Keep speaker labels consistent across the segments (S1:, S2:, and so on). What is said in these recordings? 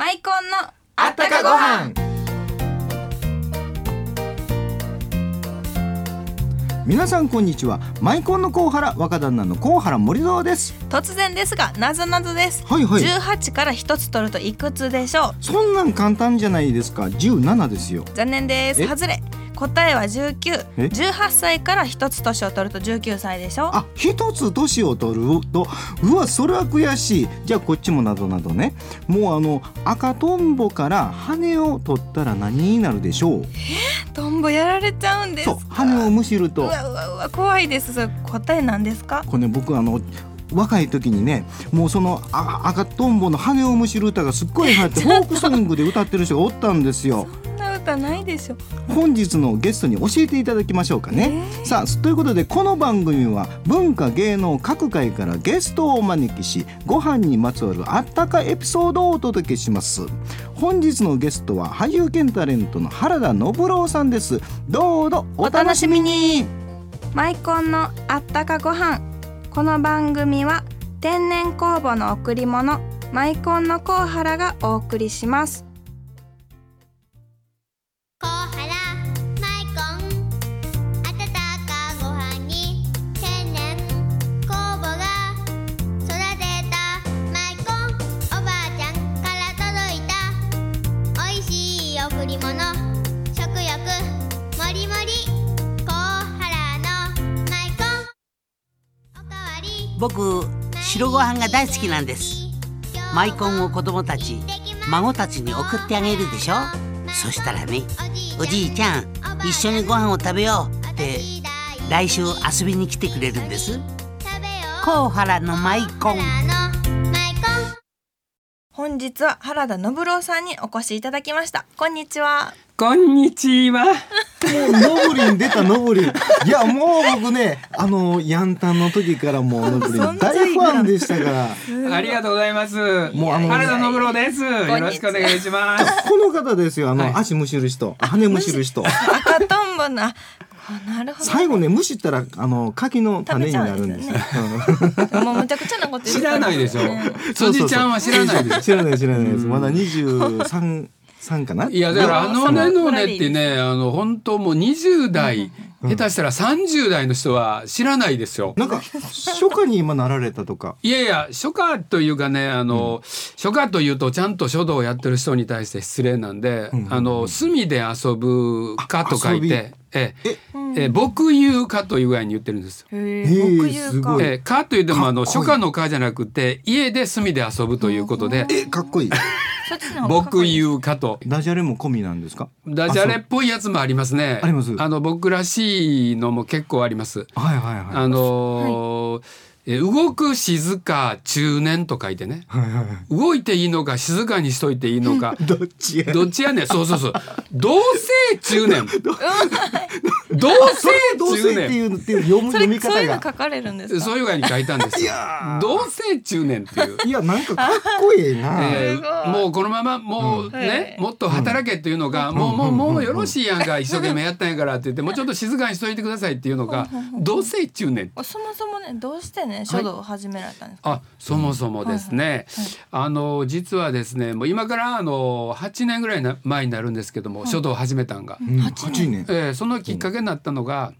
S1: 本の
S2: あったかご飯
S3: 皆さんこんにちはマイコンのコウハラ若旦那のコウハラ森蔵です
S1: 突然ですがなぞなぞです、
S3: はいはい
S1: 18から一つ取るといくつでしょう
S3: そんなん簡単じゃないですか17ですよ
S1: 残念です
S3: え
S1: 外れ答えは19
S3: え、
S1: 18歳から一つ年を取ると19歳でしょ
S3: あ一つ年を取るとうわそれは悔しいじゃあこっちもなどなどねもうあの赤とんぼから羽を取ったら何になるでしょう
S1: トンボやられちゃうんです
S3: そう
S1: か
S3: 羽をむしる
S1: う
S3: と
S1: わうわうわ怖いですそれ答えなんですか
S3: これね僕あの若い時にねもうそのあ赤とんぼの羽をむしる歌がすっごい流行っ てフォークソングで歌ってる人がおったんですよ。
S1: そんな歌ないでしょ
S3: 本日のゲストに教えていただきましょうかね。さあということでこの番組は文化芸能各界からゲストをお招きしご飯にまつわるあったかエピソードをお届けします。本日のゲストは俳優兼タレントの原田信郎さんです。どうぞお楽しみに
S1: マイコンのあったかご飯この番組は天然酵母の贈り物マイコンのコウハラがお送りします
S4: コウハラマイコン温かご飯に天然酵母が育てたマイコンおばあちゃんから届いたおいしい贈り物食欲もりもりコウハラのマイコンおかわり
S2: 僕白ご飯が大好きなんですマイコンを子供たち孫たちに送ってあげるでしょそしたらねおじいちゃん一緒にご飯を食べようって来週遊びに来てくれるんです
S4: 食べよう
S2: 甲原のマイコン
S4: コウハラのマイコン
S1: 本日は原田信郎さんにお越しいただきましたこんにちは
S5: こんにちは。
S3: もうノブリン出たノブ リンいやもう僕ねあのヤンタンの時からもうノ ブリン大ファンでした から
S5: ありがとうございます。
S3: もうあの
S5: 原田信郎です。よろしくお願いします。
S3: この方ですよあの、
S5: はい
S3: 足むしる人羽むしる人
S1: 赤トンボななるほ
S3: 最後ね蒸したらあの柿の種になるんですよ。
S1: どもうむちゃくちゃなこと言って
S5: 知らな いでしょ。辻ちゃんは知 らないでしょ。
S3: 知らない知らないです。まだ二十三三かな。
S5: いやだからあのねのねっ
S1: そ
S5: て
S1: う
S5: ねあの本当もう20代下手したら30代の人は知らないですよ。
S3: なんか初夏に今なられたとか。
S5: いやいや初夏というかねあの、初夏というとちゃんと書道をやってる人に対して失礼なんで、あの墨で遊ぶかと書いてえええ僕言うかという具合に言ってるんですよ。
S1: へ
S3: えー
S1: ー木遊
S3: す
S1: か
S3: ごい
S5: えー、蚊というでもあの
S3: かっこいい
S5: 初夏の蚊じゃなくて家で炭で遊ぶということで
S3: えかっこいい。
S1: そっちの方がかっこ
S5: 僕
S1: いい
S5: 言う蚊と
S3: ダジャレも込みなんですか。
S5: ダジャレっぽいやつもありますね
S3: あります
S5: の僕らしいのも結構あります
S3: はいはいはい。
S5: あのーえー動く静か中年と書いてね
S3: はいはいは
S5: 動いていいのか静かにしといていいのか
S3: い。 どっちや。
S5: どっちやねんそうそうそう同性中年同
S3: それを
S5: 性
S3: 同性
S5: 中
S3: って
S5: 年
S3: いうのっていう読む
S1: そ
S3: 読み
S1: れそういう
S3: 方
S1: の
S3: が。
S1: 書かれるんですか
S5: そういう具合に書いたんですよ
S3: やー
S5: 同性中年っていう
S3: いやなんかかっこいいな。
S5: え
S1: すご
S5: ー
S1: い
S5: もうこのままもう
S1: は
S5: ね、
S1: い
S5: もっと働けっていうのが、もうもうもうよろしいやんか一生懸命やったんやからって言ってもうちょっと静かにしといてくださいっていうのが同性中年
S1: そもそもねどうしてね書道を始められたんですか、
S5: あそもそもですね、あの実はですねもう今からあの8年ぐらいな前になるんですけども、書道を始めたんが、
S3: うん八年。
S5: えーそのきっかけになったのが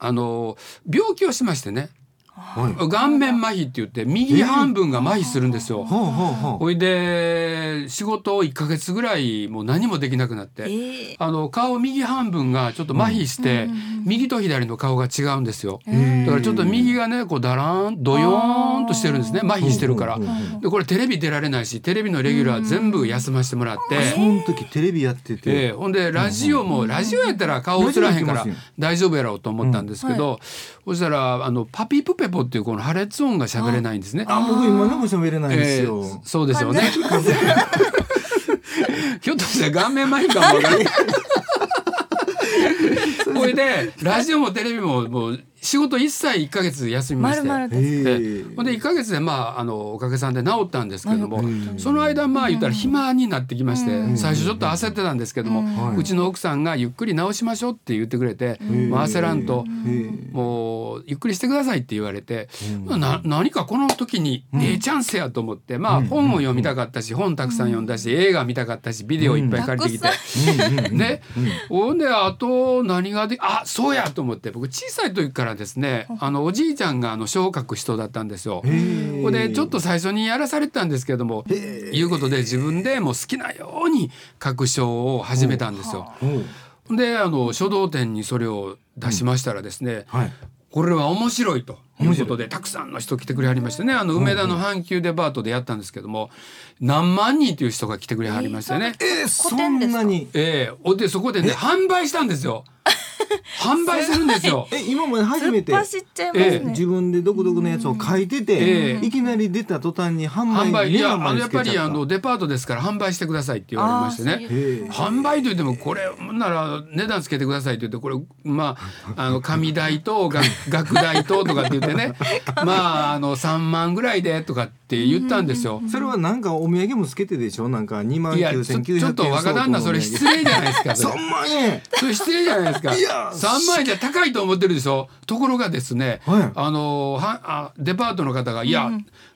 S5: あの病気をしましてね
S3: はい。は
S5: 顔面麻痺って言って右半分が麻痺するんですよ。
S3: あはあはあ。
S5: ほいで仕事を1ヶ月ぐらいもう何もできなくなって、
S1: ええ
S5: あの顔右半分がちょっと麻痺して、右と左の顔が違うんですよ。だからちょっと右がねこうだらんどよーんとしてるんですね麻痺してるから。でこれテレビ出られないしテレビのレギュラー全部休ませてもらって。
S3: その時テレビやってて。
S5: ええ、ほんでラジオも、ラジオやったら顔映らへん
S3: ラジオ
S5: から
S3: やってますよ
S5: 大丈夫やろうと思ったんですけど、そしたらあのパピプペポっていうこの破裂音が喋れないんですね。
S3: あ僕今でも喋れないんです
S5: え
S3: よ。
S5: ーそうですよね。ひょっとして顔面麻痺 かもわからない。これでラジオもテレビももう仕事一切1ヶ月休みまして
S6: まるまる
S3: え
S5: ええ
S3: ー
S5: ほんで1ヶ月でまああのおかげさんで治ったんですけども、
S3: うん
S5: その間まあ言ったら暇になってきまして、
S3: ん
S5: 最初ちょっと焦ってたんですけども、う
S3: はい
S5: ちの奥さんがゆっくり治しましょうって言ってくれて、もう焦らんと。
S3: えー
S5: もうゆっくりしてくださいって言われて、
S3: うん
S5: まあ、な何かこの時にええチャンスやと思って、まあ本を読みたかったし、本たくさん読んだし、映画見たかったしビデオいっぱい借りてきて、ね、ほんであと何がであそうやと思って僕小さい時からですねあのおじいちゃんがあの書を書く人だったんですよ。
S3: え
S5: これでちょっと最初にやらされてたんですけども、いうことで自分でもう好きなように書書を始めたんですよ。であの書道展にそれを出しましたらですね、
S3: はい
S5: これは面白いということでたくさんの人来てくれはりましてねあの梅田の阪急デパートでやったんですけども何万人という人が来てくれはりましてね。
S3: えーそんなに
S5: ええおでそこでね販売したんですよ。販売するんですよ。
S3: え今まで初め
S1: 突
S3: て
S1: っ走っちゃいますね。
S3: 自分で独特のやつを書いてて、
S5: ええ
S3: いきなり出た途端に販売
S5: 販売い
S3: 値
S5: や
S3: 段
S5: あ
S3: ま
S5: の
S3: で
S5: や
S3: つけち
S5: っ
S3: ゃ
S5: ぱ
S3: った
S5: りあのデパートですから販売してくださいって言われまして
S6: あーそういう
S3: え
S5: ね。
S3: え
S5: 販売といってもこれなら値段つけてくださいって言ってこれまああの紙代とが額代ととかって言ってねまああの3万ぐらいでとかって言ったんですよ。
S3: それはなんかお土産もつけてでしょなんか2万
S5: いやちょ
S3: 9900円
S5: ちょっと若旦那それ失礼じゃないですかそれ
S3: 3万円
S5: それ失礼じゃないですか。
S3: いや
S5: 3万円じゃ高いと思ってるでしょ。ところがですね、
S3: はい
S5: あのはあデパートの方が「いや、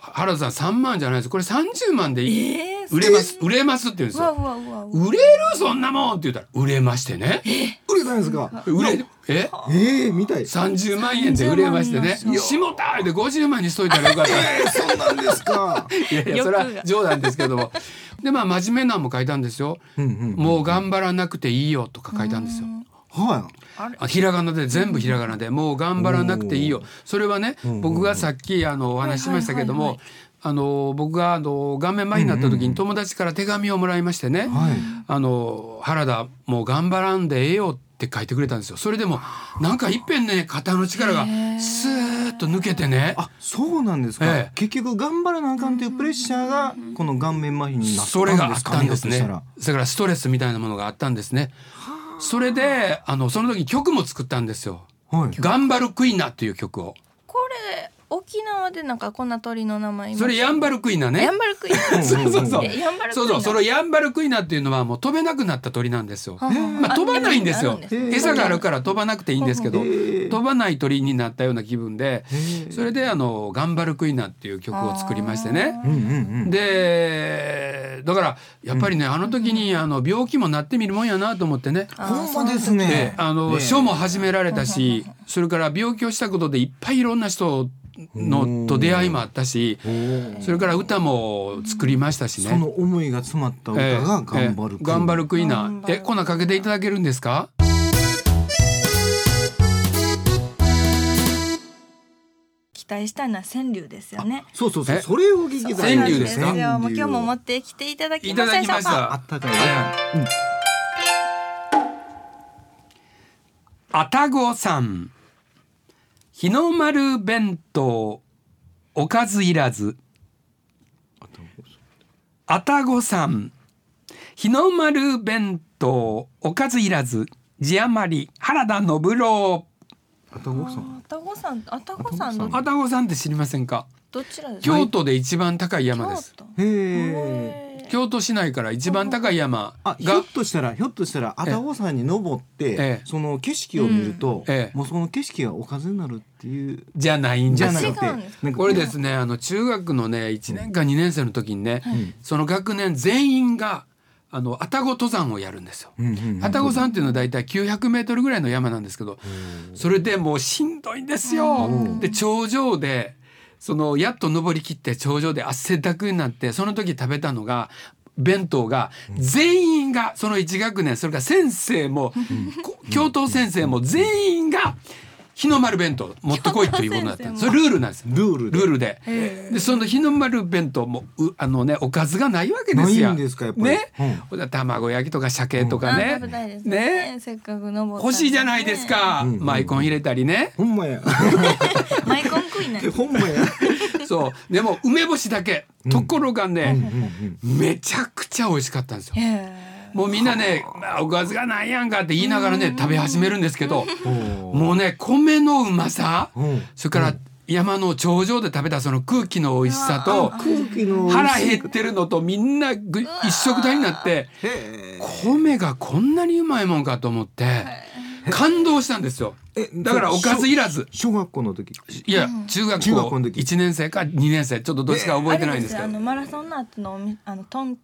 S5: 原田さん3万じゃないですこれ30万でいい
S6: え
S5: 売れます売れます」って言うん
S6: ー、
S5: です
S6: わ
S5: よ。
S6: わわわ。
S5: 売れるそんなもんって言ったら売れましてね。
S3: 売れたんですか
S5: 売れえ
S3: ええみたいそ
S5: 30万円で売れましてね
S6: 30万
S5: 「下田!」で50万にしといたらよかった。
S3: うなんです か
S5: いやいやそれは冗談ですけども。 でまあ真面目なんも書いたんですよ。
S3: うんうん
S5: もう頑張らなくていいよとか書いたんですよ。
S3: は
S5: あひらがなで全部ひらがなでもう頑張らなくていいよそれはね僕がさっきあのお話ししましたけどもあの僕があの顔面麻痺になった時に友達から手紙をもらいまして
S3: は
S5: ね
S3: い
S5: 「あの原田もう頑張らんでええよ」って書いてくれたんですよ。それでもなんかいっぺんね肩の力がスーッと抜けてね
S3: あそうなんですか、
S5: ええ
S3: 結局頑張らなあかんというプレッシャーがこの顔面麻痺になった
S5: それ
S3: ん
S5: があ
S3: で
S5: っ
S3: す
S5: た
S3: か
S5: ん
S3: ね
S5: ですね
S3: ひょっとしたら
S5: だからストレスみたいなものがあったんですね。それであのその時に曲も作ったんですよ。
S3: はい
S5: 頑張るクイナっていう曲を。
S6: これ沖縄でなんかこんな鳥の名前。
S5: それヤンバルクイナね。
S6: ヤンバルクイナ。
S3: そうそうそう
S6: えヤンバルクイナ。
S5: そうそう、そのヤンバルクイナっていうのはもう飛べなくなった鳥なんですよ。まあ、飛ばないんですよ。
S3: すね
S5: 餌があるから飛ばなくていいんですけど、
S3: へー
S5: 飛ばない鳥になったような気分で
S3: へ、ー
S5: それであの、ガンバルクイナっていう曲を作りまして
S3: う
S5: ね。
S3: んうんうん
S5: で、だから、やっぱりね、あの時にあの、病気もなってみるもんやなと思ってね。
S3: ほんまです
S5: で
S3: ね、
S5: あ
S3: ね
S5: の、
S3: え
S5: 書も始められたし、それから病気をしたことでいっぱいいろんな人のと出会いもあったし、
S3: おー
S5: それから歌も作りましたしね。
S3: その思いが詰まった歌
S5: ええ
S3: が頑張る、
S5: ええ頑張るクイナーえこんなんかけていただけるんですか
S6: 期待したのは川柳ですよね。
S3: そうそうそう
S5: え
S3: それを聞きたい
S5: 川柳ですか
S6: そうなんよもう今日も持
S3: 川
S6: っ
S3: 柳
S6: てきていただき
S5: い
S6: ま
S5: た
S6: した
S5: だ
S6: でし
S5: き
S6: ょ
S5: ま
S6: う
S5: し
S6: か。
S5: た
S3: あったかい
S5: あたごさん日の丸弁当おかずいらずあたごさん日の丸弁当おかずいらず字余り原田信郎
S3: あたごさん
S6: あたごさん、あたごさんど、
S5: あたごさんって知りませんか
S6: どちらですか。
S5: 京都で一番高い山です
S6: 京都
S3: へえ。
S6: へー
S5: 京都市内から一番高い山
S3: あひょ
S5: が
S3: っとしたらひょっとしたらあたご山に登って、
S5: ええ
S3: その景色を見ると、
S5: うんええ
S3: もうその景色がおかずになるっていう
S5: じゃないん
S3: じ
S5: で
S3: ゃ
S5: す
S3: な
S5: よ
S3: くて
S6: 違うんです
S3: なんか
S5: これですねあの中学のね1年か2年生の時にね、その学年全員があの愛宕登山をやるんですよ。
S3: うんうん
S5: 愛宕山っていうのは大体900メートルぐらいの山なんですけどそれでもうしんどいんですよ。で頂上でそのやっと登りきって頂上で汗だくになってその時食べたのが弁当が全員がその1学年それから先生も、こ教頭先生も全員が日の丸弁当持ってこいということだったんですそれルールなんです
S3: ルールで
S5: ルールで。でその日の丸弁当もうあのねおかずがないわけですよ。
S3: ないんですかやっぱり
S5: ね
S3: うん。
S5: ほんで卵焼きとか鮭とか
S6: あ
S5: ね
S6: 食べたいです。
S5: ね。
S6: ね。せっかく登った。
S5: 欲しいじゃないです。か。
S3: うん
S5: マイコン入れた りね。
S3: ほん まや
S6: マイコンクイナ。
S3: ほんまや
S5: そう。でも梅干しだけ。ところがね、めちゃくちゃ美味しかったんですよ。
S6: へー
S5: もうみんなね「まあおかずがないやんか」って言いながらね食べ始めるんですけどもうね米のうまさ
S3: うん
S5: それから山の頂上で食べたその空気の美味しさと
S3: 空気の
S5: 腹減ってるのとみんなぐ一食体になって米がこんなにうまいもんかと思って感動したんですよ。
S3: え
S5: だからおかずいらず
S3: 小学校の時
S5: いや中学
S3: 中学
S5: 校
S3: 校の時
S5: 1年生か2年生ちょっとどっちか覚えてないんですけ
S6: あれ
S5: ど
S6: よあのマラソンの後のおみあのトン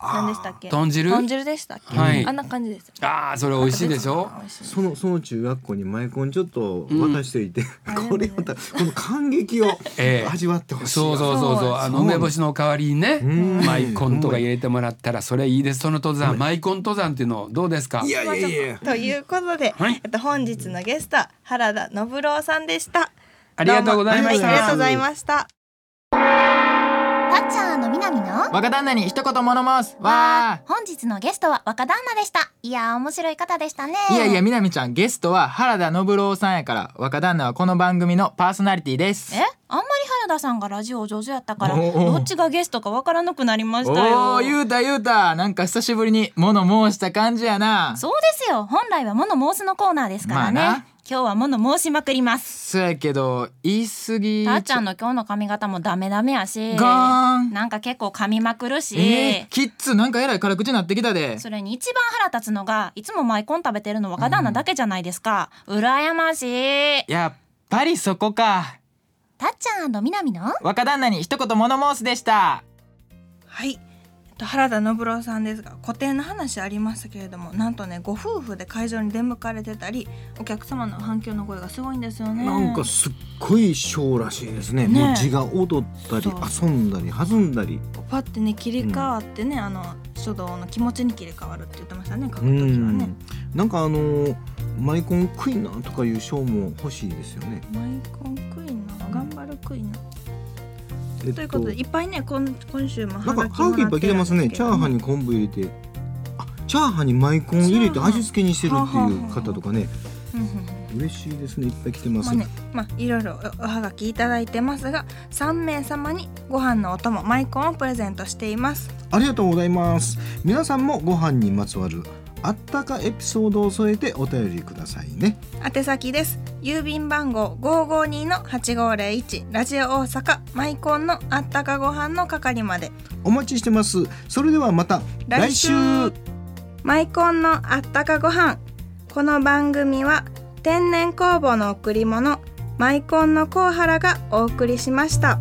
S6: 何でしたっけ？
S5: 豚汁
S6: 豚汁でしたっけ？
S5: はい
S6: あんな感じです。
S5: ああそれ美味しいでしょ
S6: 美味しい
S3: そのその中学校にマイコンちょっと渡しておいて、これをたこの感激を
S5: ええ
S3: 味わってほしい
S5: そうそうそうそうあの梅干しの代わりにね
S3: ん
S5: マイコンとか入れてもらったらそれいいですその登山マイコン登山っていうのどうですか
S3: いやいやいや
S6: ということで、
S5: はい
S6: えっと本日のゲスト原田信郎さんでした。
S5: ありがとうございまし
S6: どうもはいありがと
S5: た
S6: うございました。
S7: タッチャーの南の
S8: 若旦那に一言物申すわ
S7: 本日のゲストは若旦那でしたいやー面白い方でしたね
S8: ーいやいやみなみちゃんゲストは原田信郎さんやから若旦那はこの番組のパーソナリティです
S7: えあんまり原田さんがラジオお上手やったから
S8: おー
S7: どっちがゲストかわからなくなりまし
S8: お
S7: たよ
S8: ーゆうたゆうたなんか久しぶりに物申した感じやな
S7: そうですよ本来はモノ申すのコーナーですからね、
S8: まあな
S7: 今日はモノ申しまくります
S8: そやけど言い過ぎ
S7: たーちゃんの今日の髪型もダメダメやし
S8: ガーン
S7: なんか結構噛みまくるし、
S8: えー、キッズなんかえらい辛口になってきたで
S7: それに一番腹立つのがいつもマイコン食べてるの若旦那だけじゃないですか、羨ましい
S8: やっぱりそこか
S7: たっちゃん南の
S8: 若旦那に一言物申すでした
S6: はい。えっと原田信郎さんですが固定の話ありましたけれどもなんとねご夫婦で会場に出向かれてたりお客様の反響の声がすごいんですよね
S3: なんかすっごいショーらしいですね
S6: ねえ
S3: もう字が踊ったり遊んだり弾んだり
S6: パッてね切り替わってね、あの書道の気持ちに切り替わるって言ってましたね書く
S3: う
S6: 時はね
S3: んなんかあのーマイコンクイーンナーとかいう賞も欲しいですよね。
S6: マイコンクイーンの頑張るクイーンの、
S3: えっ
S6: ということでいっぱいね今今週も
S3: なんかハ
S6: も
S3: ーキいっぱい来てますね。チャーハ
S6: ン
S3: ンに昆布入れて、あチャーハンにマイコン入れて味付けにしてるっていう方とかね、嬉しいですね。いっぱい来てま。
S6: ますあね、まあいろいろおおはがきいただいてますが3名様にご飯のお供マイコンをプレゼントしています
S3: ありがとうございます。皆さんもご飯にまつわるあったかエピソードを添えてお便りくださいね。
S6: 宛先です郵便番号552-8501ラジオ大阪マイコンのあったかご飯の係まで
S3: お待ちしてます。それではまた
S6: 来週
S3: 来週
S1: マイコンのあったかご飯この番組は天然酵母の贈り物マイコンのコウハラがお送りしました。